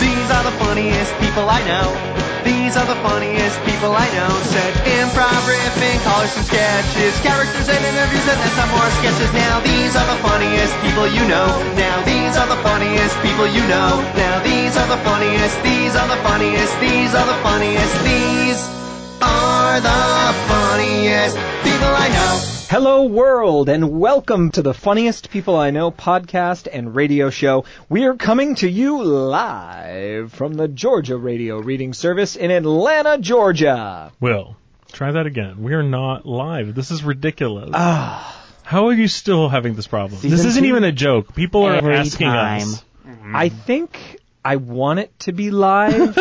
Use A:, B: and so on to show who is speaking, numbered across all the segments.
A: These are the funniest people I know. These are the funniest people I know. Said improv riffing, callers some sketches, characters and interviews, and then some more sketches. Now these are the funniest people you know. Now these are the funniest people you know. Now these are the funniest. These are the funniest. These are the funniest. These are the funniest people I know.
B: Hello, world, and welcome to the Funniest People I Know podcast and radio show. We are coming to you live from the Georgia Radio Reading Service in Atlanta, Georgia.
C: Will, try that again. We are not live. This is ridiculous. How are you still having this problem? this
B: Season
C: isn't
B: two?
C: even a joke. People are
D: Every
C: asking
D: time.
C: us.
B: I think I want it to be live,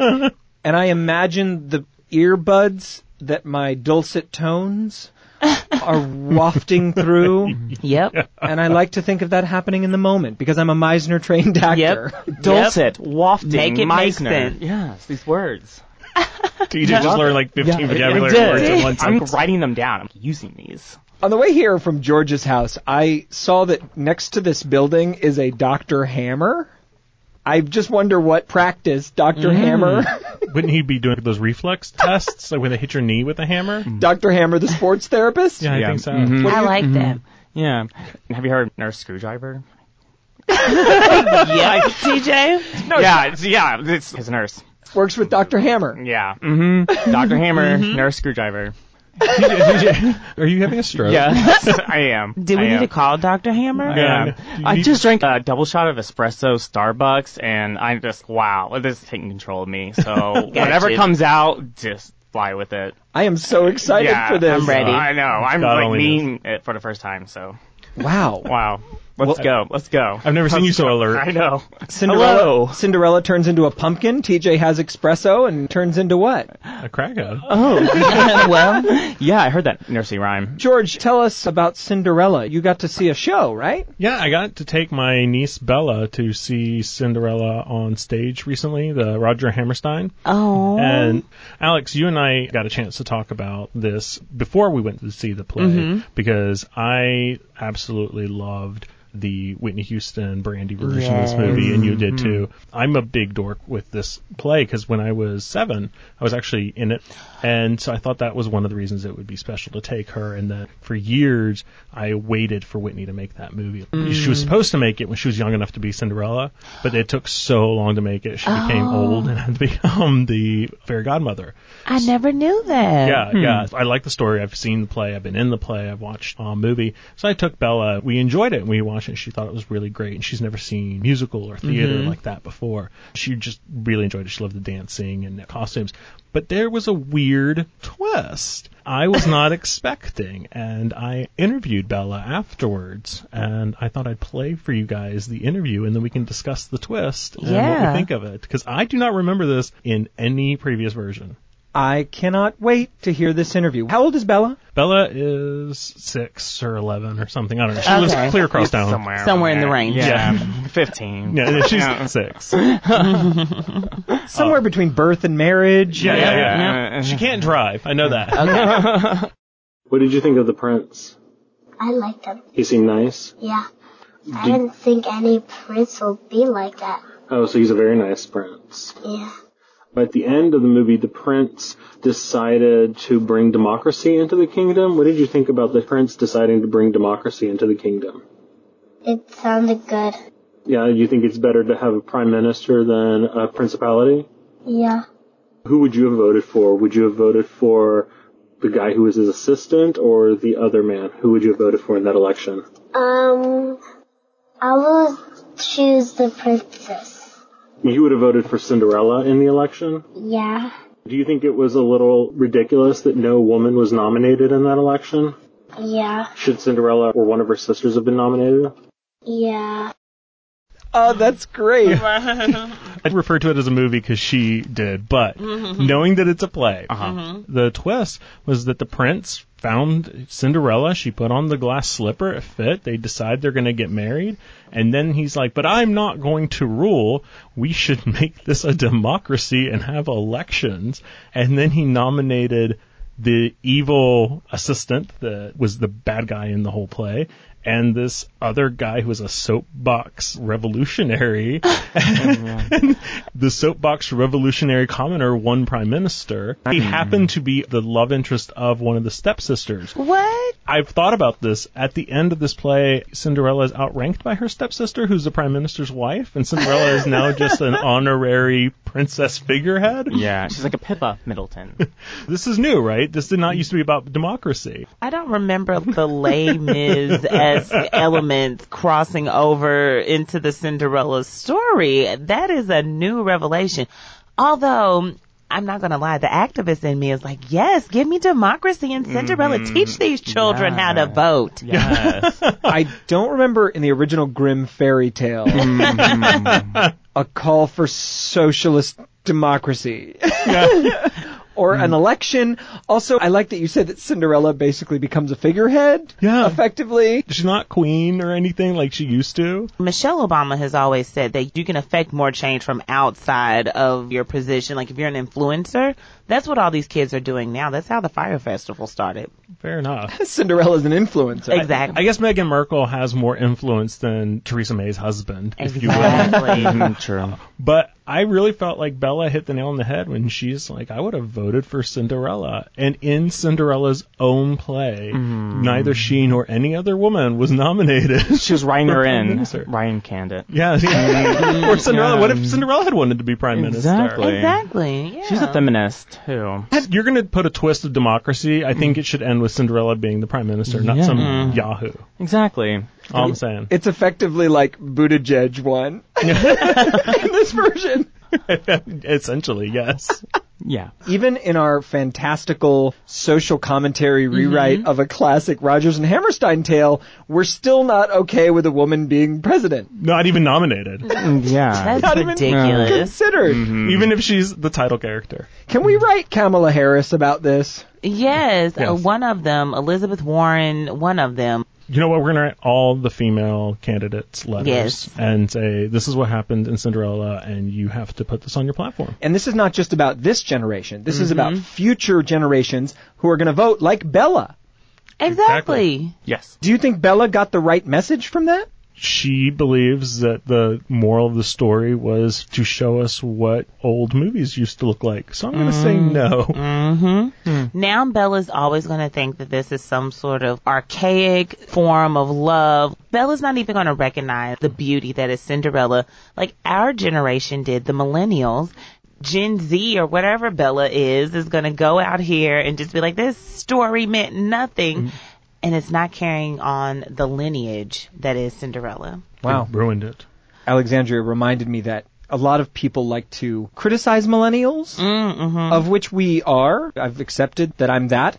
B: and I imagine the earbuds that my dulcet tones are wafting through,
D: Yep.
B: and I like to think of that happening in the moment because I'm a Meisner trained actor.
E: Yep. Dulcet, wafting,
D: Make it make
E: Meisner.
D: sense.
E: Yes, these words.
C: You just learned like 15
B: Yeah, it- it
C: vocabulary words at
E: Did.
C: once.
E: I'm writing them down. I'm using these.
B: On the way here from George's house, I saw that next to this building is a Dr. Hammer. I just wonder what practice Dr. Hammer,
C: Wouldn't he be doing those reflex tests, like when they hit your knee with a hammer?
B: Dr. Hammer, the sports therapist.
C: Yeah, I
E: Yeah.
C: think so.
B: What do
D: I
B: you-
D: like them.
E: Mm-hmm. Yeah. Have you heard of Nurse Screwdriver?
D: Yeah, TJ.
E: No. Yeah, it's, yeah, it's his nurse.
B: works with Dr. Hammer.
E: Yeah. Mm-hmm. Dr. Hammer, Nurse Screwdriver.
C: Are you having a stroke?
E: Yes, I am.
D: Did we
E: I
D: need
E: am.
D: to call Dr. Hammer?
C: Yeah.
E: Yeah.
C: You
E: I
C: need-
E: just drank a double shot of espresso Starbucks, and I'm just, wow, this is taking control of me. So whatever
D: you.
E: comes out, just fly with it.
B: I am so excited
E: yeah,
B: for this.
D: I'm ready.
E: I know. I'm
C: God
E: like
C: only
E: meeting it for the first time, so
B: Wow.
E: wow. Let's go. Let's go.
C: I've never seen you so alert.
E: I know.
B: Cinderella,
E: Hello.
B: Cinderella turns into a pumpkin. TJ has espresso and turns into what?
C: A crackhead.
D: Oh. well,
E: Yeah, I heard that nursery rhyme.
B: George, tell us about Cinderella. You got to see a show, right?
C: Yeah, I got to take my niece Bella to see Cinderella on stage recently, the Roger Hammerstein.
D: oh,
C: And Alex, you and I got a chance to talk about this before we went to see the play because I absolutely loved the Whitney Houston Brandy version of this movie, and you did too. I'm a big dork with this play because when I was seven, I was actually in it, and so I thought that was one of the reasons it would be special to take her. And that for years, I waited for Whitney to make that movie. She was supposed to make it when she was young enough to be Cinderella, but it took so long to make it. She became old and had become the fairy godmother.
D: I never knew that.
C: Yeah, yeah. I like the story. I've seen the play. I've been in the play. I've watched a movie. So I took Bella. We enjoyed it. and We watched it. And she thought it was really great. And she's never seen musical or theater like that before. She just really enjoyed it. She loved the dancing and the costumes. But there was a weird twist I was not expecting. And I interviewed Bella afterwards. And I thought I'd play for you guys the interview and then we can discuss the twist and what we
D: Yeah.
C: think of it. Because I do not remember this in any previous version.
B: I cannot wait to hear this interview. How old is Bella?
C: Bella is six or eleven or something. I don't know. She lives
D: Okay.
C: clear across town.
E: Somewhere. around
D: Somewhere in
E: there.
D: the range.
E: Yeah. 15.
C: Yeah, she's
E: Yeah.
C: six.
B: Somewhere between birth and marriage.
C: Yeah, yeah, yeah.
E: Yeah.
C: She can't drive. I know that.
F: What did you think of the prince?
G: I liked him.
F: He seemed nice.
G: Yeah. I didn't think any prince would be like that.
F: Oh, so he's a very nice prince.
G: Yeah.
F: But at the end of the movie, the prince decided to bring democracy into the kingdom. What did you think about the prince deciding to bring democracy into the kingdom?
G: It sounded good.
F: Yeah, you think it's better to have a prime minister than a principality?
G: Yeah.
F: Who would you have voted for? Would you have voted for the guy who was his assistant or the other man? Who would you have voted for in that election?
G: Um, I will choose the princess.
F: You would have voted for Cinderella in the election?
G: Yeah.
F: Do you think it was a little ridiculous that no woman was nominated in that election?
G: Yeah.
F: Should Cinderella or one of her sisters have been nominated?
G: Yeah.
B: Oh, that's great.
C: I refer to it as a movie because she did, but knowing that it's a play, the twist was that the prince found Cinderella. She put on the glass slipper, it fit. They decide they're going to get married, and then he's like, "But I'm not going to rule. We should make this a democracy and have elections." And then he nominated the evil assistant that was the bad guy in the whole play. and this other guy who was a soapbox revolutionary. the soapbox revolutionary commoner won prime minister. He happened to be the love interest of one of the stepsisters.
D: What?
C: I've thought about this. At the end of this play, Cinderella is outranked by her stepsister, who's the prime minister's wife, and Cinderella is now just an honorary princess figurehead.
E: Yeah, she's like a Pippa Middleton.
C: This is new, right? This did not used to be about democracy.
D: I don't remember the Les Mis as elements crossing over into the Cinderella story. That is a new revelation. Although I'm not going to lie, the activist in me is like, yes, give me democracy and Cinderella. Teach these children how to vote.
E: Yes.
B: I don't remember in the original Grimm fairy tale a call for socialist democracy. Or an election. Also, I like that you said that Cinderella basically becomes a figurehead.
C: Yeah.
B: Effectively.
C: She's not queen or anything like she used to.
D: Michelle Obama has always said that you can affect more change from outside of your position. Like if you're an influencer, that's what all these kids are doing now. That's how the Fire Festival started.
C: Fair enough.
B: Cinderella's an influencer.
D: Exactly.
C: I guess Meghan Merkel has more influence than Theresa May's husband, if you will.
D: Exactly.
C: Mm-hmm.
E: True.
C: But I really felt like Bella hit the nail on the head when she's like, I would have voted for Cinderella. And in Cinderella's own play,
E: Mm-hmm.
C: neither she nor any other woman was nominated.
E: She was writing her
C: prime
E: in.
C: minister.
E: Ryan Candid.
C: yeah. yeah. or Cinderella.
E: Yeah.
C: What if Cinderella had wanted to be prime minister?
E: Exactly.
D: exactly. Yeah.
E: She's a feminist too.
C: You're going to put a twist of democracy. I think it should end with Cinderella being the prime minister, not
E: Mm-hmm. Yeah. Mm-hmm.
C: some yahoo.
E: Exactly.
C: All I'm saying.
B: It's effectively like Buttigieg won in this version.
C: Essentially, yes.
E: Yeah.
B: Even in our fantastical social commentary rewrite of a classic Rogers and Hammerstein tale, we're still not okay with a woman being president.
C: Not even nominated.
E: Yeah.
D: That's
B: Not even
D: ridiculous.
B: Considered.
E: Mm.
C: Even if she's the title character.
B: Can we write Kamala Harris about this?
D: Yes, Uh,
C: Yes.
D: one of them, Elizabeth Warren, one of them.
C: You know what? We're going to write all the female candidates' letters
D: Yes.
C: and say, this is what happened in Cinderella, and you have to put this on your platform.
B: And this is not just about this generation. This is about future generations who are going to vote like Bella.
D: Exactly.
E: Yes.
B: Do you think Bella got the right message from that?
C: She believes that the moral of the story was to show us what old movies used to look like. So I'm going to say no.
D: Now Bella's always going to think that this is some sort of archaic form of love. Bella's not even going to recognize the beauty that is Cinderella, like our generation did, the millennials. Gen Z or whatever Bella is, is going to go out here and just be like, this story meant nothing. And it's not carrying on the lineage that is Cinderella.
B: Wow.
C: Ruined it.
B: Alexandria reminded me that a lot of people like to criticize millennials,
C: Mm-hmm.
B: of which we are. I've accepted that I'm that.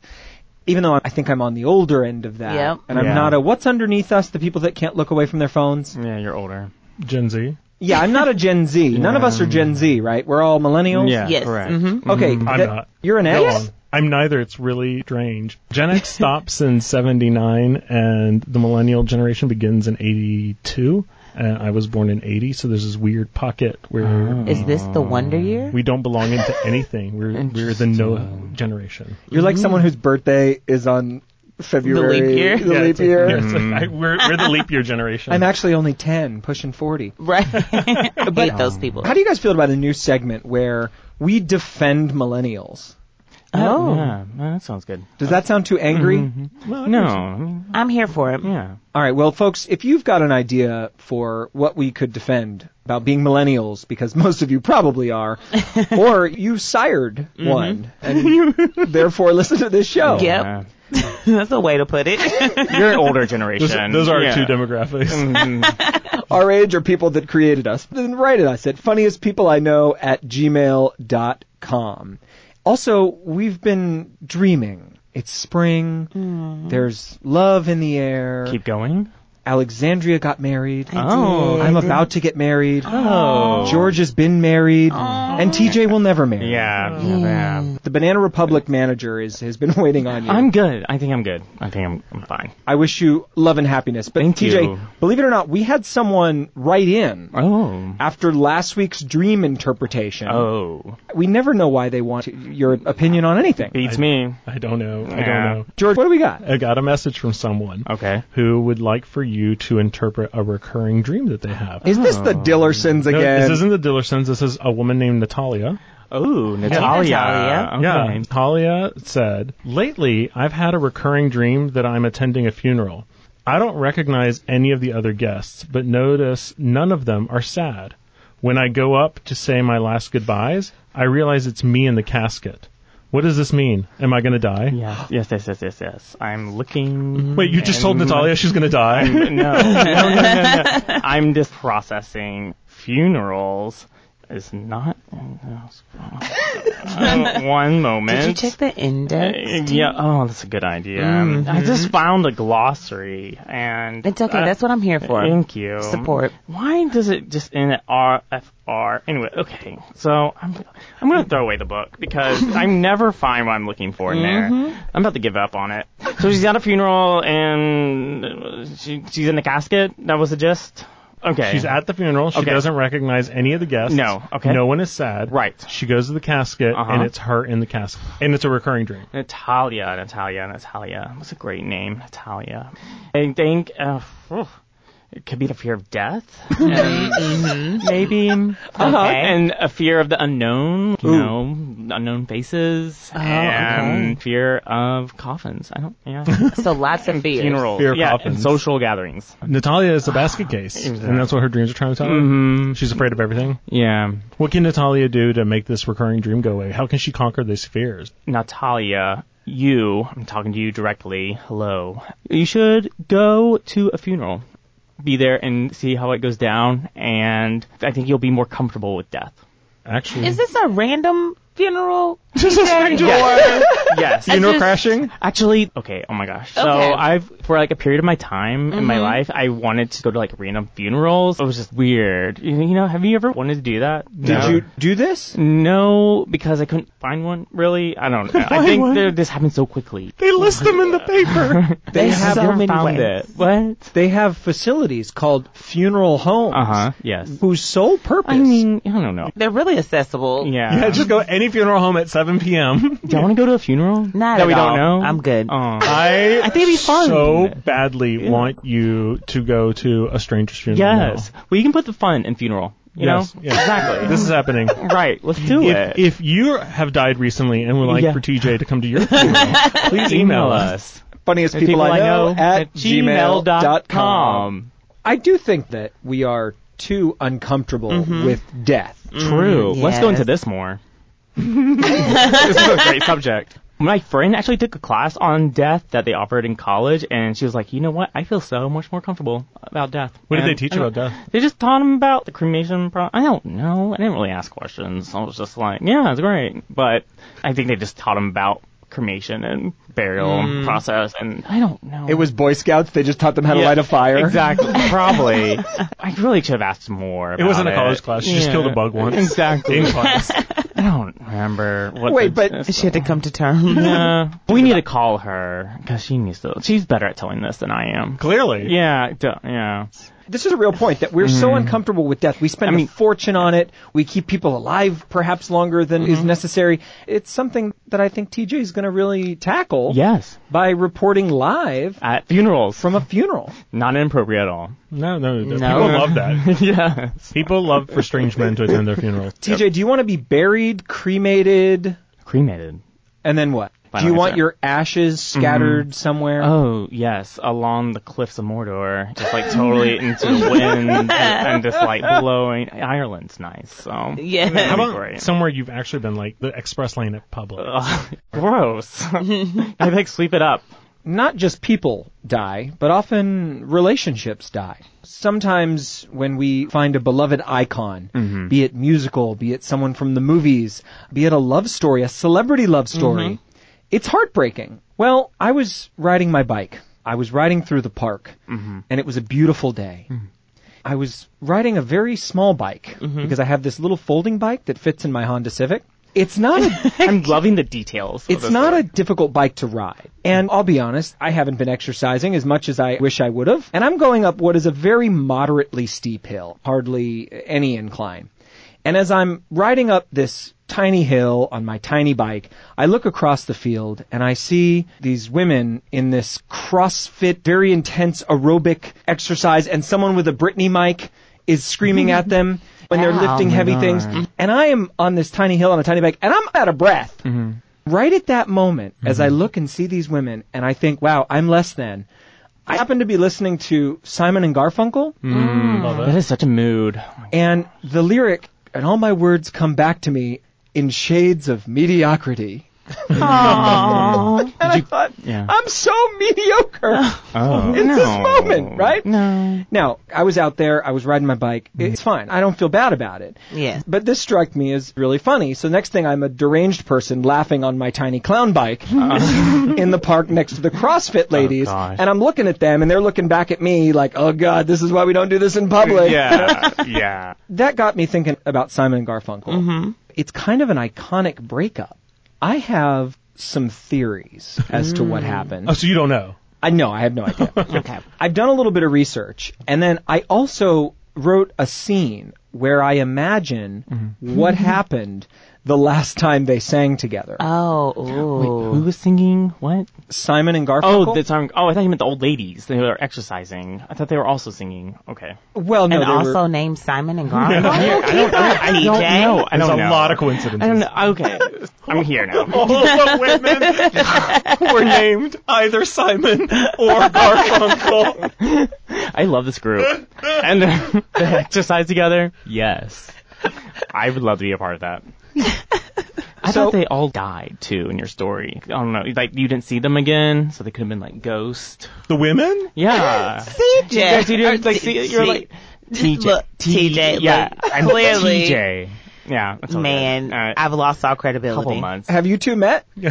B: Even though I think I'm on the older end of that,
D: Yep.
B: and I'm
E: Yeah.
B: not a what's underneath us, the people that can't look away from their
C: Mm.
B: phones.
E: Yeah, you're older.
C: Gen Z.
B: Yeah, I'm not a Gen Z. None of us are Gen Z, right? We're all millennials. Mm-hmm.
E: Yeah.
D: Yes.
E: Correct.
D: hmm
B: Okay,
C: Mm-hmm. I'm
B: that-
C: not.
B: you're an
C: Go
B: X.
C: on. I'm neither. It's really strange. Gen X stops in 79 and the millennial generation begins in 82. And I was born in 80, so there's this weird pocket where
D: Is this the wonder year?
C: we don't belong into anything. We're we're the no generation.
B: You're like someone whose birthday is on February.
D: year?
B: the
C: Yeah,
B: leap
C: it's like-
B: year.
C: yeah, it's like,
E: Mm.
C: I- we're, we're the leap year generation.
B: I'm actually only 10, pushing 40.
D: Right. I hate those people.
B: How do you guys feel about a new segment where we defend millennials?
D: oh,
E: Yeah. no, that sounds good.
B: Does that sound too angry?
E: Mm-hmm,
C: Well,
E: No. I mean,
D: I'm here for it.
E: Yeah.
B: All right, well, folks, if you've got an idea for what we could defend about being millennials, because most of you probably are, or you sired
E: Mm-hmm.
B: one and you therefore listen to this show.
D: Yep.
E: Yeah.
D: That's a way to put it.
E: You're an older
C: Those,
E: generation.
C: those are our
E: yeah. Mm-hmm.
C: two demographics.
B: Our age are people that created us. Then write at us at funniestpeopleknow at gmail.com. Also, we've been dreaming. It's spring. There's love in the air.
E: Mm-hmm. Keep going.
B: Alexandria got married.
E: Oh.
B: I'm about to get married.
E: Oh.
B: George has been married. And TJ will never marry.
E: Yeah.
C: Oh.
E: yeah.
B: The Banana Republic manager is has been waiting on you.
E: I'm good. I think I'm good. I think I'm, I'm fine.
B: I wish you love and happiness. But
E: Thank
B: TJ,
E: you.
B: believe it or not, we had someone write in
E: Oh.
B: after last week's dream interpretation.
E: Oh.
B: We never know why they want your opinion on anything.
E: Beats me.
C: I don't know. I
E: Yeah.
C: don't know.
B: George, what do we got?
C: I got a message from someone
E: Okay.
C: who would like for you to interpret a recurring dream that they have.
B: Is this the Dillersons
C: No,
B: again?
C: this isn't the Dillersons. This is a woman named Natalia.
E: Oh, Natalia.
D: Natalia.
C: Yeah.
E: Okay.
C: Talia said, Lately, I've had a recurring dream that I'm attending a funeral. I don't recognize any of the other guests, but notice none of them are sad. When I go up to say my last goodbyes, I realize it's me in the casket. What does this mean? Am I going to die?
E: Yes, yes, yes, yes, yes, yes. I'm looking.
C: Wait, you just told
E: and-
C: Natalia she's going to die?
E: no, no, no, no, no. I'm just processing funerals. Is not Uh, one moment.
D: Did you check the index?
E: Yeah. Oh, that's a good idea. I just found a glossary, and
D: Mm-hmm. It's okay.
E: Uh,
D: That's what I'm here for.
E: Thank you.
D: Support.
E: Why does it just end at R F R? Anyway, okay. So I'm I'm gonna throw away the book because I never find what I'm looking for in
D: Mm-hmm.
E: there. I'm about to give up on it. So she's at a funeral and uh, she, she's in the casket. That was the gist. Okay.
C: She's at the funeral. She
E: Okay.
C: doesn't recognize any of the guests.
E: No, okay.
C: No one is sad.
E: Right.
C: She goes to the casket,
E: Uh-huh.
C: and it's her in the casket. And it's a recurring dream.
E: Natalia, Natalia, Natalia. That's a great name, Natalia. I think uh, phew, it could be the fear of death, and
D: Mm-hmm.
E: maybe,
D: Uh-huh.
E: and a fear of the unknown, you know, unknown faces,
D: Oh,
E: and fear of coffins. I don't, yeah,
D: So lots of fears.
E: funerals,
C: Fear of
E: yeah,
C: coffins.
E: and social gatherings.
C: Natalia is a
E: Ah,
C: basket case, and that's what her dreams are trying to tell her.
E: Mm-hmm.
C: She's afraid of everything.
E: Yeah,
C: What can Natalia do to make this recurring dream go away? How can she conquer these fears?
E: Natalia, you, I'm talking to you directly. Hello. You should go to a funeral. Be there and see how it goes down, and I think you'll be more comfortable with death.
C: Actually,
D: Is this a random funeral?
E: yes.
D: I just-
C: crashing?
E: Actually, okay, oh my gosh. So
D: Okay. Mm-hmm.
E: I've, for like a period of my time in my life, I wanted to go to like random funerals. It was just weird. You you know, have you ever wanted to do that?
B: Did you do this?
E: No, because I couldn't find one, really. I don't know. I think that this happened so quickly.
C: They list them in the paper.
B: They
D: There's
B: have
D: so many
E: found
D: ways.
E: it. What?
B: they have facilities called funeral homes.
E: Uh
C: Uh-huh.
E: huh. Yes.
B: Whose sole purpose
E: I mean, I don't know.
D: They're really accessible.
E: Yeah.
C: yeah, just go any funeral home at 7 p.m.
E: Do you want to go to a funeral?
D: Not
E: that
D: at
E: we
D: all.
E: don't know.
D: I'm good.
C: Uh,
E: Oh.
C: I,
E: I think it'd be fun.
C: so badly want you to go to a stranger's funeral.
E: Yes. Well, you can put the fun in funeral. You
C: Yes,
E: know.
C: yes.
E: Exactly.
C: This is happening.
E: right. Let's do
C: If,
E: it.
C: if you have died recently and would like
E: Yeah.
C: for TJ to come to your funeral, please email us.
B: funniest
E: People, I know
B: at
E: at gmail.com.
B: I do think that we are too uncomfortable
E: Mm-hmm.
B: with death.
E: True.
B: Mm,
E: Let's go
D: yes.
E: into this more. this is a great subject. My friend actually took a class on death that they offered in college, and she was like, "You know what? I feel so much more comfortable about death."
C: What did
E: And-
C: they teach
E: I
C: about
E: don't-
C: death?
E: They just taught him about the cremation. Pro- I don't know. I didn't really ask questions. I was just like, "Yeah, it's great," but I think they just taught him about cremation and burial
C: Hmm.
E: process, and I don't know.
B: It was Boy Scouts. They just taught them how to
E: Yeah,
B: light a fire.
E: Exactly. Probably. I really should have asked more.
C: It wasn't a college class. She just killed a bug once.
E: Exactly.
C: In class.
E: I don't remember. What
B: Wait,
E: the-
B: but-
D: She had to come to terms.
E: Uh, we need to call her because she needs to. She's better at telling this than I am.
C: Clearly.
E: Yeah. duh, yeah.
B: This is a real point that we're so uncomfortable with death. We spend
E: Mm-hmm. mean-
B: a fortune on it. We keep people alive perhaps longer than
E: Mm-hmm.
B: is necessary. It's something that I think TJ is going to really tackle
E: Yes.
B: by reporting live
E: At funerals.
B: from a funeral.
E: Not inappropriate at all.
C: No, no, no. People love that.
E: yes.
C: People love for strange men to attend their funerals.
B: TJ, do you want to be buried, cremated,
E: Cremated.
B: and then what?
E: Final
B: do you want
E: answer.
B: your ashes scattered somewhere?
E: Oh yes, along the cliffs of Mordor, just like totally into the wind and- and just like blowing. Ireland's nice, so
D: Yeah.
E: that'd
C: How
E: be
C: about
E: great.
C: somewhere you've actually been, like the express lane at public?
E: Ugh, gross. I think sweep it up.
B: not just people die, but often relationships die. Sometimes when we find a beloved icon, be it musical, be it someone from the movies, be it a love story, a celebrity love story, it's heartbreaking. Well, I was riding my bike I was riding through the park, and it was a beautiful day. I was riding a very small bike because I have this little folding bike that fits in my Honda Civic. It's not a
E: I'm loving the details. of
B: it's
E: this
B: not
E: story.
B: a difficult bike to ride. And I'll be honest, I haven't been exercising as much as I wish I would have. And I'm going up what is a very moderately steep hill, hardly any incline. And as I'm riding up this tiny hill on my tiny bike, I look across the field and I see these women in this CrossFit, very intense aerobic exercise and someone with a Britney mic is screaming at them when they're lifting heavy things. And I am on this tiny hill on a tiny bike and I'm out of breath right at that moment, as I look and see these women, and I think, wow, I'm less than. I happen to be listening to Simon and Garfunkel,
E: That is such a mood.
B: and the lyric, and all my words come back to me in shades of mediocrity. and I thought,
E: Yeah.
B: I'm so mediocre
E: Oh,
B: in this moment, right?
E: No. Mm-hmm.
B: Now, I was out there, I was riding my bike. It's fine. I don't feel bad about it.
D: Yeah.
B: But this struck me as really funny. So next thing I'm a deranged person laughing on my tiny clown bike in the park next to the CrossFit ladies.
E: Oh. gosh.
B: and I'm looking at them and they're looking back at me like, oh God, this is why we don't do this in public.
E: Yeah. yeah. Mm-hmm.
B: That got me thinking about Simon and Garfunkel. It's kind of an iconic breakup. I have some theories as to
E: Mm.
B: what happened.
C: Oh, so you don't know.
B: I know, I have no idea.
D: Okay.
B: I've done a little bit of research, and then I also wrote a scene where I imagine what happened the last time they sang together.
D: Oh,
E: Wait,
D: ooh.
E: who was singing what?
B: Simon and Garfunkel.
E: Oh, the song. Oh, I thought you meant the old ladies. They were exercising. I thought they were also singing. Okay.
B: well, no,
D: and
B: they were-
D: also named Simon and Garfunkel.
E: Yeah, I don't, I don't, I don't
D: TJ?
E: know. I
C: There's
E: don't
C: a
E: know.
C: lot of coincidences.
E: I don't know. Okay. I'm here now.
C: All the women were named either Simon or Garfunkel.
E: I love this group. And they exercise together. Yes. I would love to be a part of that. I
B: So-
E: thought they all died too in your story. I don't know. Like you didn't see them again, so they could have been like ghost.
C: The women?
E: Yeah.
D: TJ.
E: Yes, you didn't,
D: Or
E: like,
D: T-
E: see, you're like, TJ.
D: Look, TJ,
E: Yeah.
D: look,
E: I'm
D: clearly-
E: TJ. Yeah. that's all good.
D: Man,
E: All right.
D: I've lost all
E: couple
D: credibility.
E: months.
B: have you two met?
E: Uh,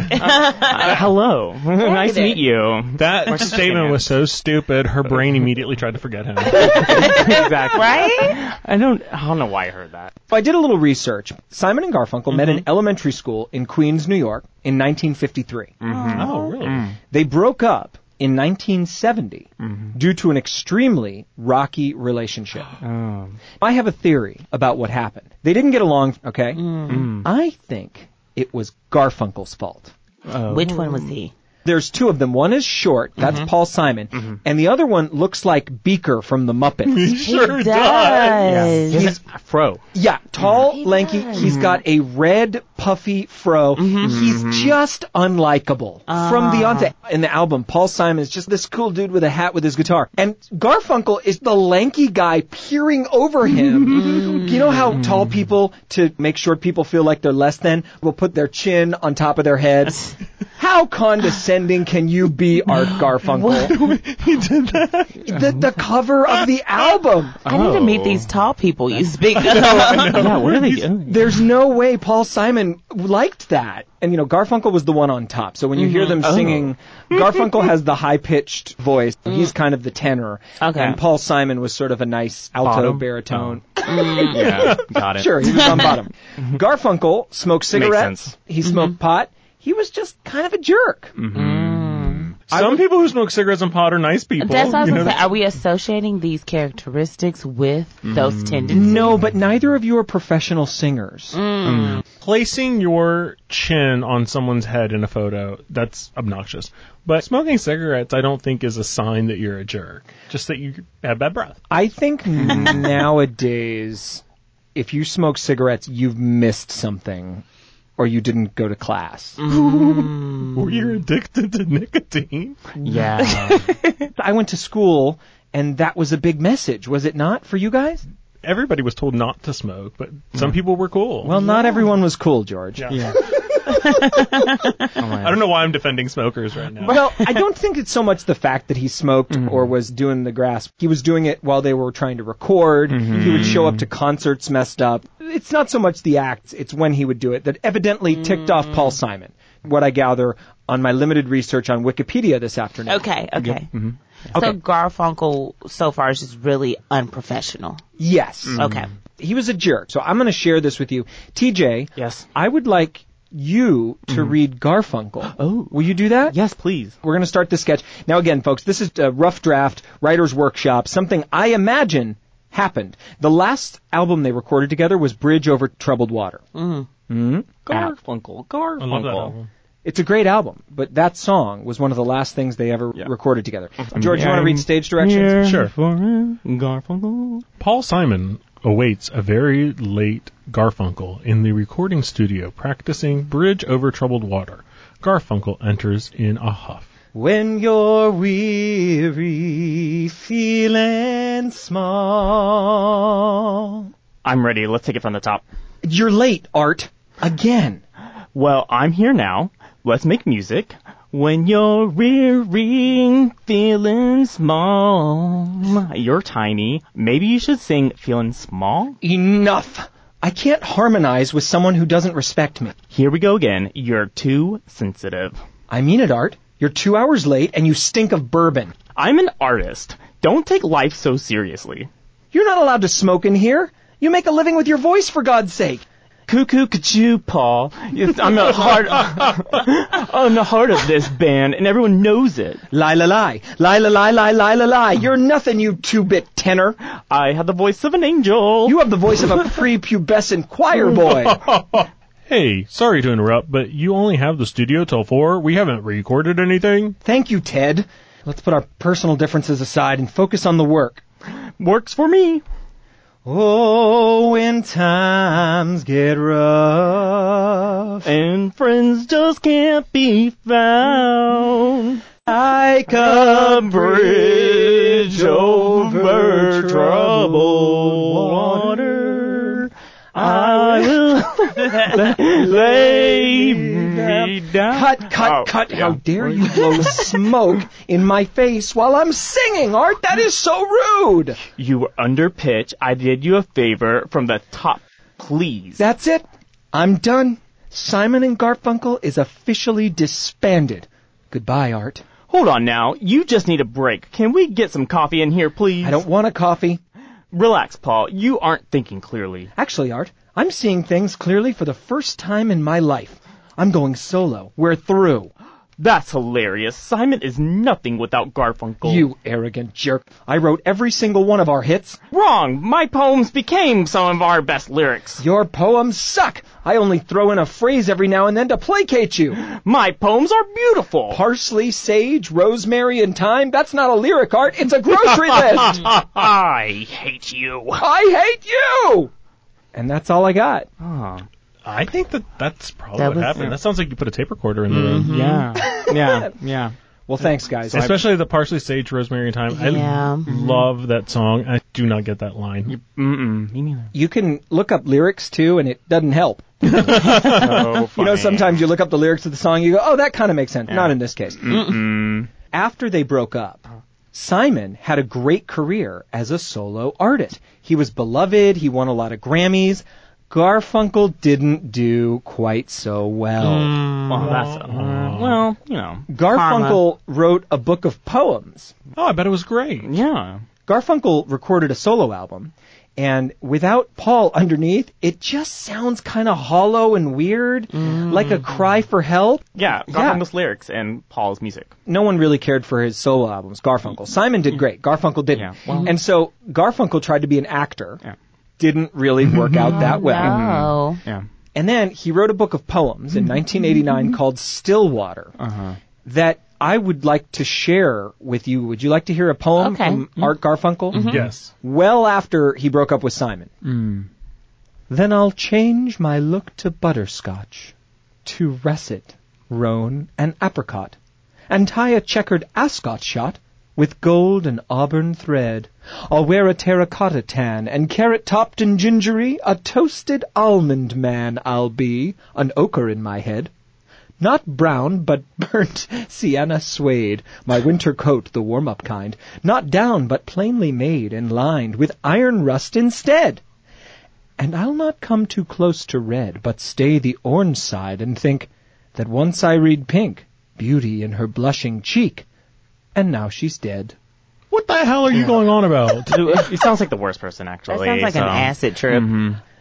E: hello. nice to
D: there.
E: meet you.
C: That statement
E: hands.
C: was so stupid. Her brain immediately tried to forget him.
E: exactly.
D: Right?
E: I don't. I don't know why I heard that.
B: So I did a little research. Simon and Garfunkel met in elementary school in Queens, New York in 1953.
C: Oh, really?
E: Hmm.
B: They broke up in 1970 due to an extremely rocky relationship. I have a theory about what happened. They didn't get along, okay? I think it was Garfunkel's fault.
D: Which one was he?
B: There's two of them. One is short, that's Paul Simon, and the other one looks like Beaker from the Muppets.
C: Sure
D: he does. Uh,
E: He's fro.
B: yeah, tall, lanky, he's got a red puffy fro. He's just unlikable from the onset. In the album, Paul Simon is just this cool dude with a hat with his guitar. And Garfunkel is the lanky guy peering over him. you know how tall people to make sure people feel like they're less than will put their chin on top of their heads. How condescending can you be, Art Garfunkel? he did that. The, the cover of the album.
D: I need to
E: Oh.
D: meet these tall people you speak of.
E: Yeah, what are they doing?
B: There's no way Paul Simon liked that. And you know, Garfunkel was the one on top. So when you
E: Mm-hmm.
B: hear them
E: Oh.
B: singing, Garfunkel has the high pitched voice. He's
E: Mm.
B: kind of the tenor.
D: Okay.
B: And Paul Simon was sort of a nice alto
E: Bottom? Oh.
B: baritone.
H: Oh,
E: Yeah, got it.
B: Sure, he was on bottom. Garfunkel smoked cigarettes.
E: Mm-hmm. sense. Mm-hmm.
B: He smoked pot. He was just kind of a jerk.
C: Some people who smoke cigarettes and pot are nice people.
D: That's what I was
C: you know,
D: gonna say. Are we associating these characteristics with
E: Mm-hmm.
D: those tendencies?
B: No, but neither of you are professional singers.
E: Mm.
C: placing your chin on someone's head in a photo, that's obnoxious. But smoking cigarettes, I don't think is a sign that you're a jerk. Just that you have bad breath.
B: I think nowadays, if you smoke cigarettes, you've missed something or you didn't go to class.
C: Or you're addicted to nicotine.
E: Yeah.
B: I went to school and that was a big message, was it not, for you guys?
C: Everybody was told not to smoke, but
E: Hmm.
C: some people were cool.
B: Well, not everyone was cool, George.
C: Yeah. I don't know why I'm defending smokers right now.
B: Well, I don't think it's so much the fact that he smoked
D: Mm-hmm.
B: or was doing the grasp. He was doing it while they were trying to record. He
D: Mm-hmm.
B: would show up to concerts messed up. It's
D: Mm-hmm.
B: not so much the act, it's when he would do it that evidently ticked off Paul Simon. What I gather on my limited research on Wikipedia this afternoon.
D: Okay, okay. So
B: Okay.
D: Garfunkel so far is just really unprofessional.
B: Mm-hmm. Yes.
D: Mm-hmm. Okay.
B: He was a jerk. So I'm going to share this with you. TJ.
H: Yes. Mm-hmm.
B: I would like you to read Garfunkel.
H: Oh.
B: Will you do that?
H: Yes, please.
B: We're going to start the sketch. Now again, folks, this is a rough draft, writer's workshop, something I imagine happened. The last album they recorded together was Bridge Over Troubled Water.
H: Mm. Garfunkel. Garfunkel.
C: I love that album.
B: It's a great album, but that song was one of the last things they ever recorded together.
H: Mm-hmm.
B: George, you want to read stage directions?
C: Sure.
H: Garfunkel.
C: Paul Simon awaits a very late Garfunkel in the recording studio practicing Bridge Over Troubled Water. Garfunkel enters in a huff.
B: When you're weary, feeling small.
H: I'm ready. Let's take it from the top.
B: You're late, Art. Again.
H: Well, I'm here now. Let's make music. When you're weary, feeling small, you're tiny. Maybe you should sing feeling small.
B: Enough. I can't harmonize with someone who doesn't respect me.
H: Here we go again. You're too sensitive.
B: I mean it, Art. You're two hours late and you stink of bourbon.
H: I'm an artist. Don't take life so seriously.
B: You're not allowed to smoke in here. You make a living with your voice, for God's sake.
H: Cuckoo cuckoo, Paul. It's- I'm the heart. I'm the heart of this band, and everyone knows it.
B: Lie, la, lie. Lie, la, lie, lie, lie, la, lie. You're nothing, you two-bit tenor.
H: I have the voice of an angel.
B: You have the voice of a prepubescent choir boy.
C: Hey, sorry to interrupt, but you only have the studio till four. We haven't recorded anything.
B: Thank you, Ted. Let's put our personal differences aside and focus on the work.
H: works for me.
B: Oh, when times get rough,
H: And friends just can't be found.
B: like a bridge over troubled water, I will
H: Lay
B: me
H: down. Oh,
B: cut, cut, cut. How dare you blow smoke in my face while I'm singing, Art? That is so rude.
H: You were under pitch. I did you a favor from the top. Please.
B: That's it. I'm done. Simon and Garfunkel is officially disbanded. Goodbye, Art.
H: Hold on now. You just need a break. Can we get some coffee in here, please?
B: I don't want a coffee.
H: Relax, Paul. You aren't thinking clearly.
B: Actually, Art, I'm seeing things clearly for the first time in my life. I'm going solo. We're through.
H: That's hilarious. Simon is nothing without Garfunkel.
B: You arrogant jerk. I wrote every single one of our hits.
H: wrong. My poems became some of our best lyrics.
B: Your poems suck. I only throw in a phrase every now and then to placate you.
H: My poems are beautiful.
B: Parsley, sage, rosemary, and thyme. That's not a lyric, Art. It's a grocery list.
H: I hate you.
B: I hate you. And that's all I got.
C: I think that that's probably
D: That
C: what
D: was- Mm-hmm.
C: happened. That sounds like you put a tape recorder in the room.
H: Yeah. Yeah. Yeah.
B: Well, thanks, guys.
C: Especially the Parsley Sage Rosemary Time.
D: Yeah. Mm-hmm.
C: I love that song. I do not get that line.
H: Mm-mm. Me neither.
B: you can look up lyrics too, and it doesn't help.
H: Oh, So
B: You know, sometimes you look up the lyrics of the song, you go, oh, that kind of makes sense. Not in this case. After they broke up, Simon had a great career as a solo artist. He was beloved, he won a lot of Grammys. Garfunkel didn't do quite so well.
H: Well, that's uh, well, you know.
B: Garfunkel wrote a book of poems.
C: Oh, I bet it was great.
H: Yeah.
B: Garfunkel recorded a solo album, and without Paul underneath, it just sounds kind of hollow and weird, like a cry for help.
H: Yeah. Garfunkel's lyrics and Paul's music.
B: No one really cared for his solo albums. Garfunkel. Simon did great. Garfunkel didn't.
H: Yeah, well-
B: and so Garfunkel tried to be an actor.
H: Yeah.
B: Didn't really work out that well.
D: Oh.
H: Yeah.
B: And then he wrote a book of poems in 1989 called Stillwater
H: Uh-huh.
B: that I would like to share with you. Would you like to hear a poem
D: Okay.
B: from Mm-hmm. Art Garfunkel?
C: Yes.
B: well after he broke up with Simon. Then I'll change my look to butterscotch, to russet, roan, and apricot, and tie a checkered ascot shot with gold and auburn thread. I'll wear a terracotta tan and carrot topped and gingery, a toasted almond man I'll be, an ochre in my head. Not brown, but burnt sienna suede, my winter coat, the warm-up kind. Not down, but plainly made and lined with iron rust instead. And I'll not come too close to red, but stay the orange side and think that once I read pink, beauty in her blushing cheek. And now she's dead.
C: What the hell are you going on about?
E: It sounds like the worst person, actually.
D: That sounds like
E: so-
D: an acid trip.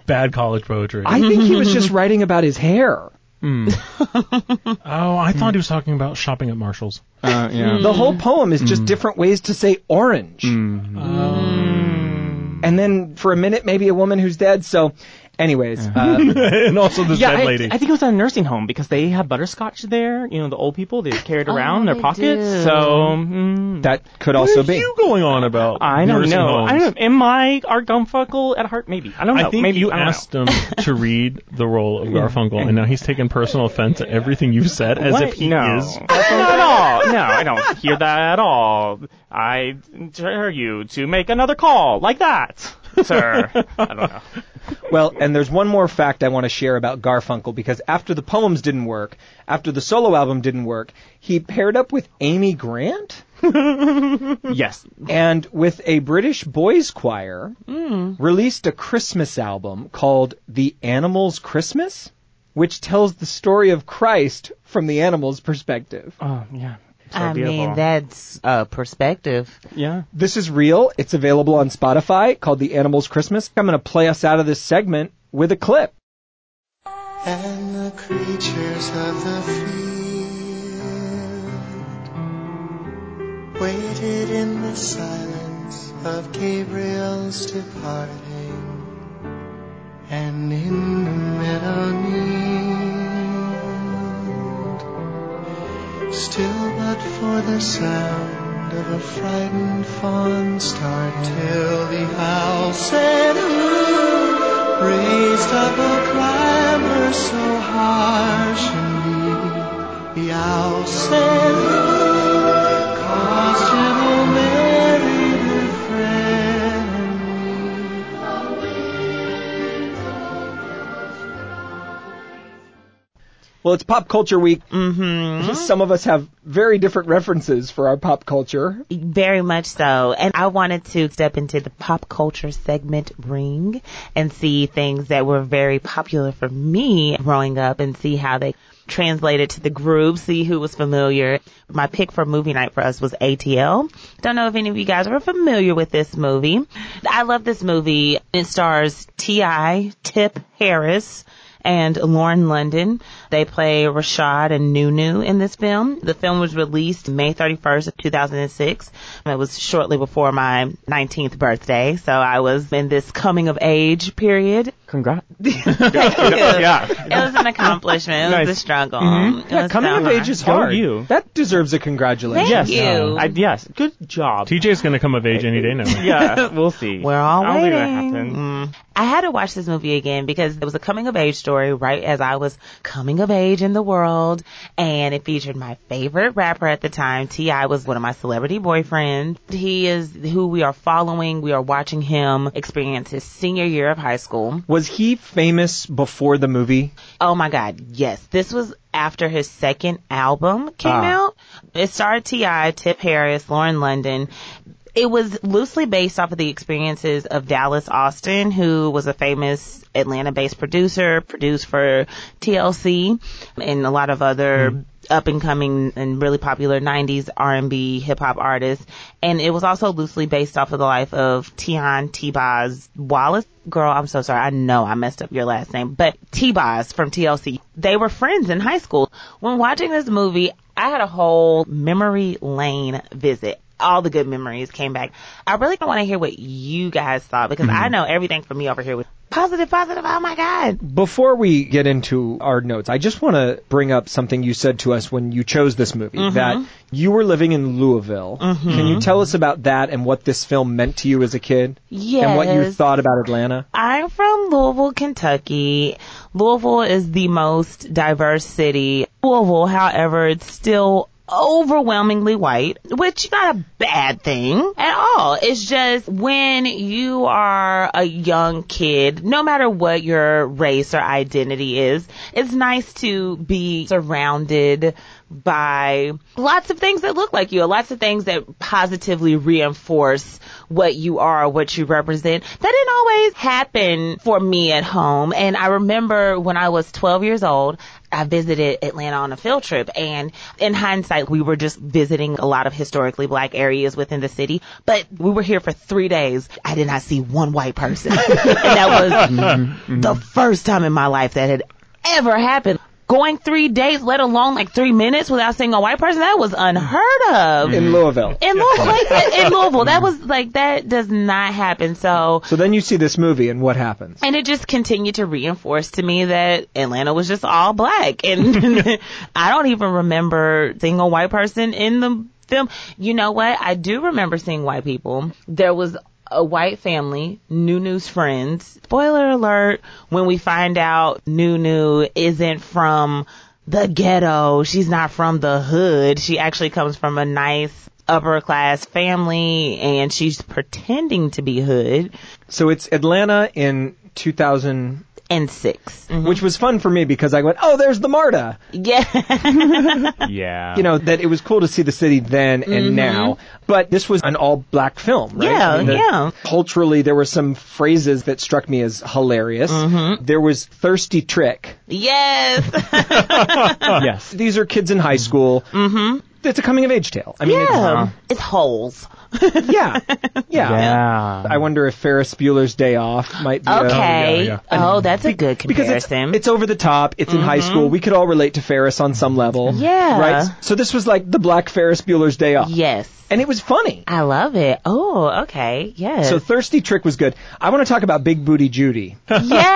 C: Bad college poetry.
B: I think he was just writing about his hair.
C: oh, I
E: Hmm.
C: thought he was talking about shopping at Marshalls.
E: Uh, yeah.
B: The whole poem is just different ways to say orange. And then for a minute, maybe a woman who's dead. So, anyways, uh,
C: and also this
B: Yeah,
C: dead
B: I-
C: lady.
E: I think it was at a nursing home because they have butterscotch there. You know, the old people they carry it around in their
D: they
E: pockets.
D: do.
E: So mm,
B: that could
C: what
B: also
C: are
B: be.
C: you going on about?
E: I don't
C: nursing
E: know.
C: homes?
E: I don't know. Am I Garfunkel at heart? Maybe I don't know.
C: I think
E: Maybe
C: you
E: I don't know.
C: asked him to read the role of Garfunkel, and now he's taken personal offense at everything you've said, as
E: What?
C: if he
E: no.
C: is.
E: Not at all. No, I don't hear that at all. I dare you to make another call like that, sir. I don't know.
B: Well, and there's one more fact I want to share about Garfunkel because after the poems didn't work, after the solo album didn't work, he paired up with Amy Grant
E: Yes.
B: and with a British boys choir released a Christmas album called The Animals Christmas, which tells the story of Christ from the animals' perspective.
E: Oh yeah. So
D: I
E: beautiful.
D: mean, that's uh, perspective.
E: Yeah.
B: This is real. It's available on Spotify called The Animals Christmas. I'm going to play us out of this segment with a clip.
I: and the creatures of the field waited in the silence of Gabriel's departing, and in the meadow kneeled, still but for the sound of a frightened fawn start till the owl said, "Ooh." Raised up a clamor so harsh and deep, the owl said, "Look," caused gentle Mary her friend.
B: Well, it's Pop Culture Week. Mm-hmm. Some of us have very different references for our pop culture.
D: Very much so. And I wanted to step into the pop culture segment ring and see things that were very popular for me growing up and see how they translated to the group, see who was familiar. My pick for movie night for us was ATL. Don't know if any of you guys were familiar with this movie. I love this movie. It stars T.I. Tip Harris and Lauren London. They play Rashad and Nunu in this film. The film was released May 31st of 2006. It was shortly before my 19th birthday, so I was in this coming of age period.
E: Congrats.
D: It was an accomplishment. It was a
E: Nice.
D: struggle. It
B: Mm-hmm. Yeah,
D: was
B: coming
D: so
B: of
D: hard.
B: age is
E: Go
B: hard.
E: you.
B: That deserves a congratulations.
D: Thank
E: Yes.
D: you.
E: I, yes. Good job.
C: TJ's going to come of age any day now.
E: yeah. We'll see.
D: We're all
E: I'll
D: waiting.
E: I'll see what happens.
D: Mm. I had to watch this movie again because it was a coming of age story right as I was coming of age in the world and it featured my favorite rapper at the time. T.I. was one of my celebrity boyfriends. He is who we are following. We are watching him experience his senior year of high school.
B: Was he famous before the movie?
D: Oh my God, yes. This was after his second album came out. It starred T.I., Tip Harris, Lauren London. It was loosely based off of the experiences of Dallas Austin, who was a famous Atlanta based producer, produced for TLC and a lot of other up and coming and really popular 90s R&B hip hop artists. And it was also loosely based off of the life of Tian T-Boz Wallace. Girl, I'm so sorry. I know I messed up your last name, but T-Boz from TLC. They were friends in high school. When watching this movie, I had a whole memory lane visit. All the good memories came back. I really want to hear what you guys thought because I know everything for me over here was positive, positive. Oh my God.
B: Before we get into our notes, I just want to bring up something you said to us when you chose this movie
D: Mm-hmm.
B: that you were living in Louisville. Can you tell us about that and what this film meant to you as a kid?
D: Yes.
B: And what you thought about Atlanta?
D: I'm from Louisville, Kentucky. Louisville is the most diverse city. Louisville, however, it's still overwhelmingly white, which is not a bad thing at all. It's just when you are a young kid, no matter what your race or identity is, it's nice to be surrounded by lots of things that look like you, lots of things that positively reinforce what you are, what you represent. That didn't always happen for me at home. And I remember when I was 12 years old, I visited Atlanta on a field trip and in hindsight we were just visiting a lot of historically black areas within the city but we were here for 3 days I did not see one white person and that was the first time in my life that had ever happened going 3 days let alone like 3 minutes without seeing a white person that was unheard of
B: in Louisville.
D: in Louisville, like, in Louisville, that was like that does not happen. So
B: So then you see this movie, and what happens?
D: and it just continued to reinforce to me that Atlanta was just all black. And I don't even remember seeing a white person in the film. You know what? I do remember seeing white people. There was a white family, Nunu's friends. Spoiler alert, when we find out Nunu isn't from the ghetto, she's not from the hood. She actually comes from a nice upper class family and she's pretending to be hood
B: So it's Atlanta in 2000,
D: and 6
B: which was fun for me because I went, oh, there's the MARTA.
D: Yeah.
E: Yeah.
B: You know, that it was cool to see the city then and now. But this was an all black film, right?
D: Yeah,
B: I mean, the-
D: yeah.
B: Culturally, there were some phrases that struck me as hilarious. There was Thirsty Trick.
D: yes.
E: yes.
B: These are kids in high school. Mm-hmm. It's a coming of age tale. I mean,
D: Yeah. Um, It's holes.
B: it's, yeah, yeah.
E: Yeah.
B: I wonder if Ferris Bueller's Day Off might be a-
D: Okay.
C: yeah.
D: Oh, that's a good
B: because
D: comparison. Mm-hmm.
B: it's, it's over the top. It's in high school. We could all relate to Ferris on some level.
D: Yeah.
B: Right? So this was like the Black Ferris Bueller's Day Off.
D: yes.
B: And it was funny.
D: I love it. Oh, okay. Yes.
B: So Thirsty Trick was good. I want to talk about Big Booty Judy.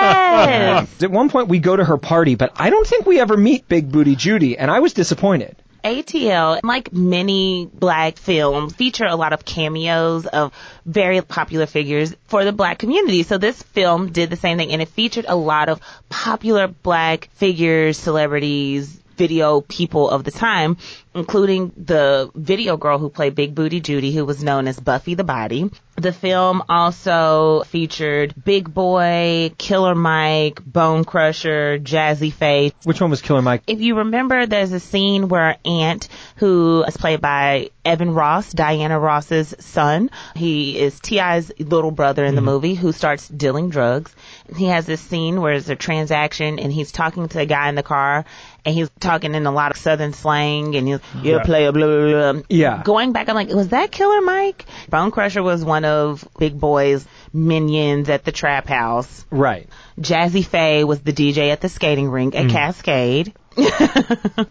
D: yes.
B: At one point we go to her party, but I don't think we ever meet Big Booty Judy, and I was disappointed.
D: ATL, like many black films, feature a lot of cameos of very popular figures for the black community. So this film did the same thing and it featured a lot of popular black figures, celebrities, video people of the time, including the video girl who played Big Booty Judy, who was known as Buffy the Body. The film also featured Big Boy, Killer Mike, Bone Crusher, Jazzy Faye,
B: Which one was Killer Mike?
D: if you remember, there's a scene where Ant, who is played by Evan Ross, Diana Ross's son, he is T.I.'s little brother in the movie who starts dealing drugs. He has this scene where it's a transaction and he's talking to a guy in the car and he's talking in a lot of southern slang and he's, you'll play a blah, blah, blah.
B: Yeah.
D: Going back, I'm like, was that Killer Mike? Bone Crusher was one of Big Boy's minions at the trap house.
B: Right.
D: Jazzy Faye was the DJ at the skating rink at Cascade.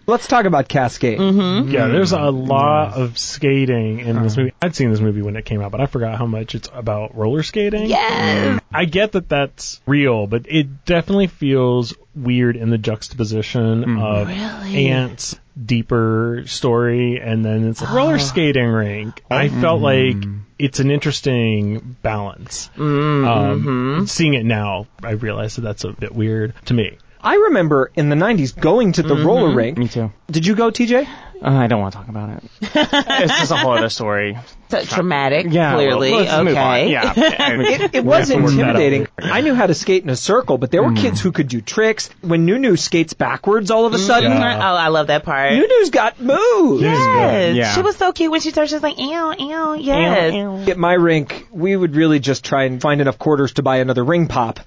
B: Let's talk about Cascade.
D: Mm-hmm.
C: Yeah, there's a lot of skating in this movie. I'd seen this movie when it came out, but I forgot how much it's about roller skating.
D: Yes.
C: I get that that's real, but it definitely feels weird in the juxtaposition of
D: Really?
C: Ant's deeper story and then it's a roller skating rink. I felt like it's an interesting balance. Um, seeing it now, I realize that that's a bit weird to me.
B: I remember in the 90s going to the
D: Mm-hmm.
B: roller rink.
E: Me too.
B: Did you go, TJ?
E: Uh, I don't want to talk about it. it's just a whole other story.
D: So traumatic,
E: Yeah. Oh, well,
D: clearly. Oh,
E: let's
D: okay.
E: move on. Yeah.
B: It, it was intimidating. I knew how to skate in a circle, but there were kids who could do tricks. When Nunu skates backwards all of a sudden,
C: Yeah.
D: Oh, I love that part.
B: Nunu's got moves.
D: Yes.
E: Yeah.
D: She was so cute when she started. She was like, ew, ew, yes.
B: At my rink, we would really just try and find enough quarters to buy another ring pop.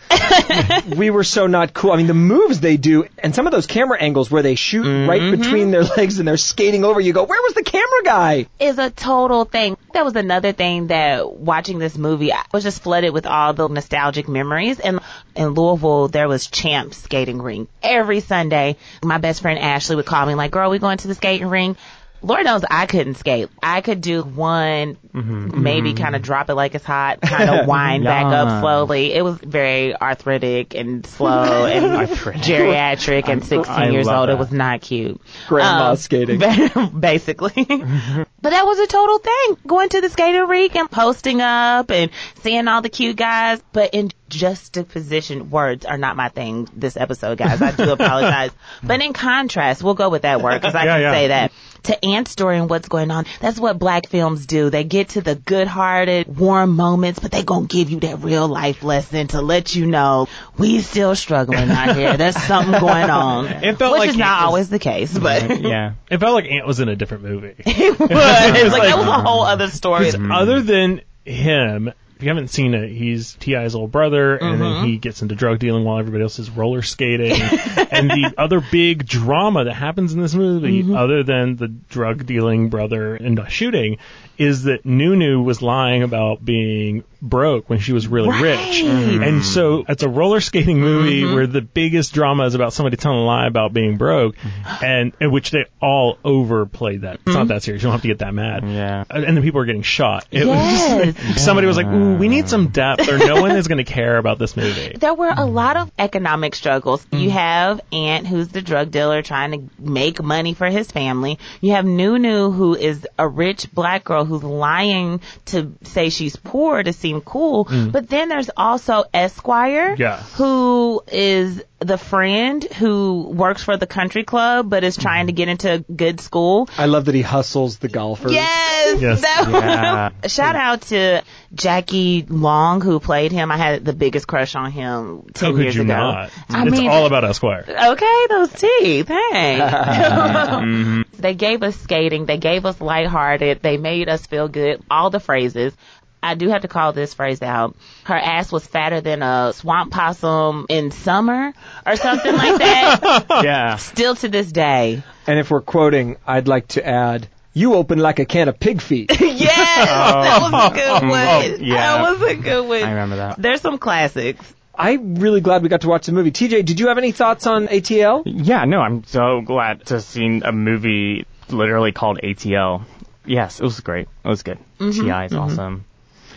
B: we were so not cool. I mean, the moves they do, and some of those camera angles where they shoot right between their legs and they're skating over, you go, where was the camera guy?
D: Is a total thing. That was another thing that watching this movie, I was just flooded with all the nostalgic memories. And in Louisville, there was Champs Skating Ring every Sunday. My best friend Ashley would call me like, "Girl, we going to the skating ring." Lord knows I couldn't skate. I could do one,
E: Mm-hmm.
D: maybe kind of drop it like it's hot, kind of wind back up slowly. It was very arthritic and slow and geriatric and 16
E: I
D: years
E: love
D: old. It
E: that.
D: was not cute.
B: Grandma
D: Um,
B: skating.
D: basically. but that was a total thing. Going to the skating rink and posting up and seeing all the cute guys. But in juxtaposition words are not my thing this episode, guys. I do apologize. But in contrast, we'll go with that word because I
C: Yeah,
D: can
C: yeah.
D: say that. To Ant's story and what's going on, that's what black films do. They get to the good hearted, warm moments, but they gonna give you that real life lesson to let you know we still struggling out here. There's something going on.
C: It felt
D: which
C: like
D: is not
C: Ant was-
D: always the case, but
E: yeah.
C: It felt like Ant was in a different movie.
D: it was. It's like that was a whole other story.
C: Because other than him, if you haven't seen it, he's Ti's old brother, and then he gets into drug dealing while everybody else is roller skating. and the other big drama that happens in this movie, other than the drug dealing brother and the shooting, is that Nunu was lying about being broke when she was really rich.
D: Hmm.
C: And so it's a roller skating movie
D: Mm-hmm.
C: where the biggest drama is about somebody telling a lie about being broke,
D: Mm-hmm.
C: and in which they all overplay that. It's not that serious. You don't have to get that mad.
E: Yeah.
C: And and the people are getting shot. It was
D: Yes.
C: just like, somebody was like, "Ooh, we need some depth, or no one is going to care about this movie."
D: there were a lot of economic struggles. You have Aunt, who's the drug dealer, trying to make money for his family. You have Nunu, who is a rich black girl who's lying to say she's poor to seem cool. But then there's also Esquire,
C: Yeah.
D: who is the friend who works for the country club but is trying to get into a good school.
B: I love that he hustles the golfers.
D: Yes.
C: Yes.
D: that
E: Yeah.
D: one. Shout out to Jackie Long who played him. I had the biggest crush on him
C: How
D: ten
C: could
D: years
C: you
D: ago.
C: not?
D: I
C: it's
D: mean,
C: all about Esquire.
D: okay, those teeth. Hey. they gave us skating. They gave us lighthearted. They made us feel good. All the phrases. I do have to call this phrase out. Her ass was fatter than a swamp possum in summer or something like that.
E: Yeah.
D: Still to this day.
B: And if we're quoting, I'd like to add, you open like a can of pig feet.
D: Yes, that was a good one.
E: Oh, yeah.
D: Oh. That was a good one.
E: I remember that.
D: There's some classics.
B: I'm really glad we got to watch the movie. TJ, did you have any thoughts on ATL?
E: Yeah, no, I'm so glad to have seen a movie literally called ATL. Yes, it was great. It was good.
B: Mm-hmm.
E: TI is awesome.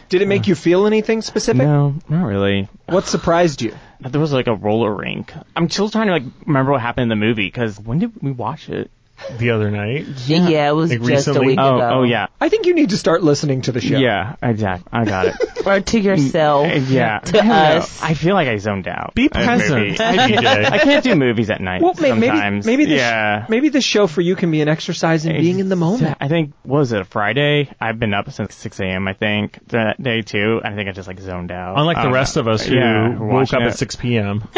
B: Did it make you feel anything specific?
E: No, not really.
B: What surprised you?
E: There was like a roller rink. I'm still trying to like remember what happened in the movie because when did we watch it?
C: The other night,
D: Yeah, it was
C: Like
D: just
C: recently?
D: a week
E: Oh,
D: ago.
E: oh yeah,
B: I think you need to start listening to the show.
E: yeah, exactly. I got it.
D: Or to yourself.
E: yeah,
D: To
E: I don't know.
D: us.
E: I feel like I zoned out.
C: be
E: at a
C: present,
E: movie. I, I
C: TJ.
E: can't do movies at night.
B: Well, may- maybe
E: sometimes.
B: maybe this
E: yeah.
B: maybe this show for you can be an exercise in being in the moment.
E: I think what was it a Friday? I've been up since 6 a.m. I think that day too. I think I just like zoned out.
C: Unlike
D: uh,
C: the
E: Um,
C: rest of us who
E: yeah, who
C: woke
E: watched
C: up
E: it.
C: at 6 p.m.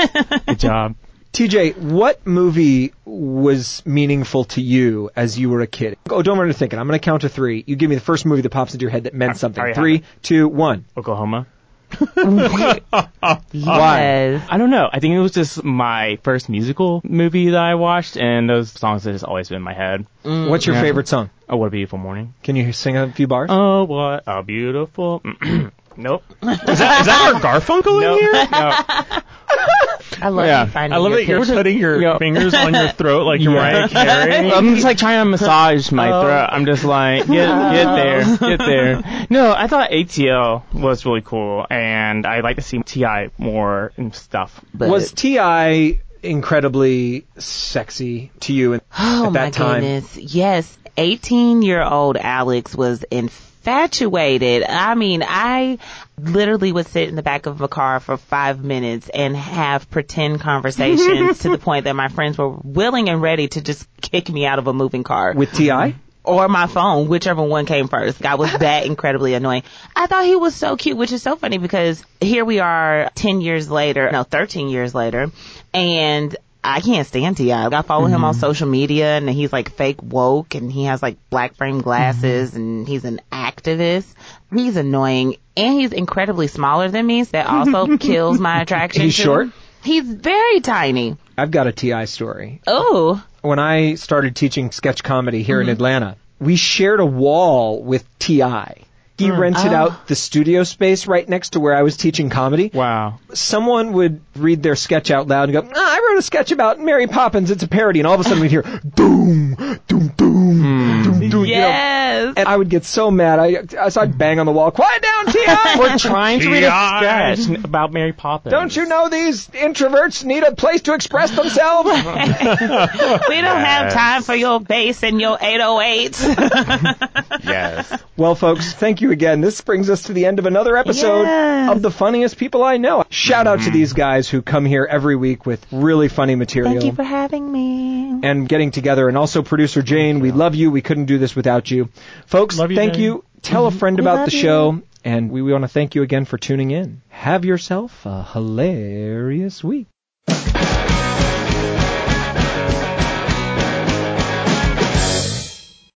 E: Good job.
B: TJ, what movie was meaningful to you as you were a kid? Oh, don't run to thinking. I'm going to count to three. You give me the first movie that pops into your head that meant something.
E: already
B: Three,
E: have
B: two, one.
E: Oklahoma.
B: Why?
D: Yes.
E: I don't know. I think it was just my first musical movie that I watched, and those songs have just always been in my head.
B: What's your favorite song?
E: Oh, what a beautiful morning.
B: Can you sing a few bars?
E: Oh, what a beautiful. nope.
C: Is that our Garfunkel in here?
D: I love
E: Yeah.
D: you finding
C: I love
D: your
C: that you're
D: picture.
C: putting your
E: Yeah.
C: fingers on your throat like you're Mariah Carey. Oh.
E: I'm just like trying to massage my throat. I'm just like, get, get there, get there. No, I thought ATL was really cool, and I'd like to see Ti more and stuff.
D: But-
B: was Ti incredibly sexy to you in-
D: Oh
B: at
D: my
B: that time?
D: goodness. Yes. 18 year old Alex was infatuated. I mean, I literally would sit in the back of a car for five minutes and have pretend conversations to the point that my friends were willing and ready to just kick me out of a moving car
B: With Ti,
D: or my phone, whichever one came first. I was that incredibly annoying. I thought he was so cute, which is so funny because here we are 10 years later, no, 13 years later, and I can't stand T.I. I follow him
B: Mm-hmm.
D: on social media and he's like fake woke and he has like black frame glasses
B: Mm-hmm.
D: and he's an activist. He's annoying and he's incredibly smaller than me. So that also kills my attraction.
B: He's
D: to him.
B: short?
D: He's very tiny.
B: I've got a Ti story.
D: Oh,
B: When I started teaching sketch comedy here
D: Mm-hmm.
B: in Atlanta, we shared a wall with Ti. He
D: Mm.
B: rented
D: Oh.
B: out the studio space right next to where I was teaching comedy.
E: Wow.
B: Someone would read their sketch out loud and go, "Ah, "I wrote a sketch about Mary Poppins. It's a parody, and all of a sudden we'd hear doom, doom, doom, doom, doom. you know.
D: Yes.
B: and I would get so mad. I, so I'd bang on the wall. Quiet down, Ti.
E: We're trying to read
C: G.I.
E: a sketch about Mary Poppins.
B: Don't you know these introverts need a place to express themselves?
D: we don't have time for your bass and your 808.
J: Yes.
B: Well, folks, thank you again. This brings us to the end of another episode
D: Yes.
B: of The Funniest People I Know. Shout out to these guys who come here every week with really funny material
D: Mm. Thank you for having me.
B: and getting together. And also, producer Jane, we love you. We couldn't do this without you. Folks,
C: Love you,
B: thank
C: Jane.
B: you. Tell a friend
D: Mm-hmm. We
B: about
D: love
B: the
D: you.
B: show. And we want to thank you again for tuning in. Have yourself a hilarious week.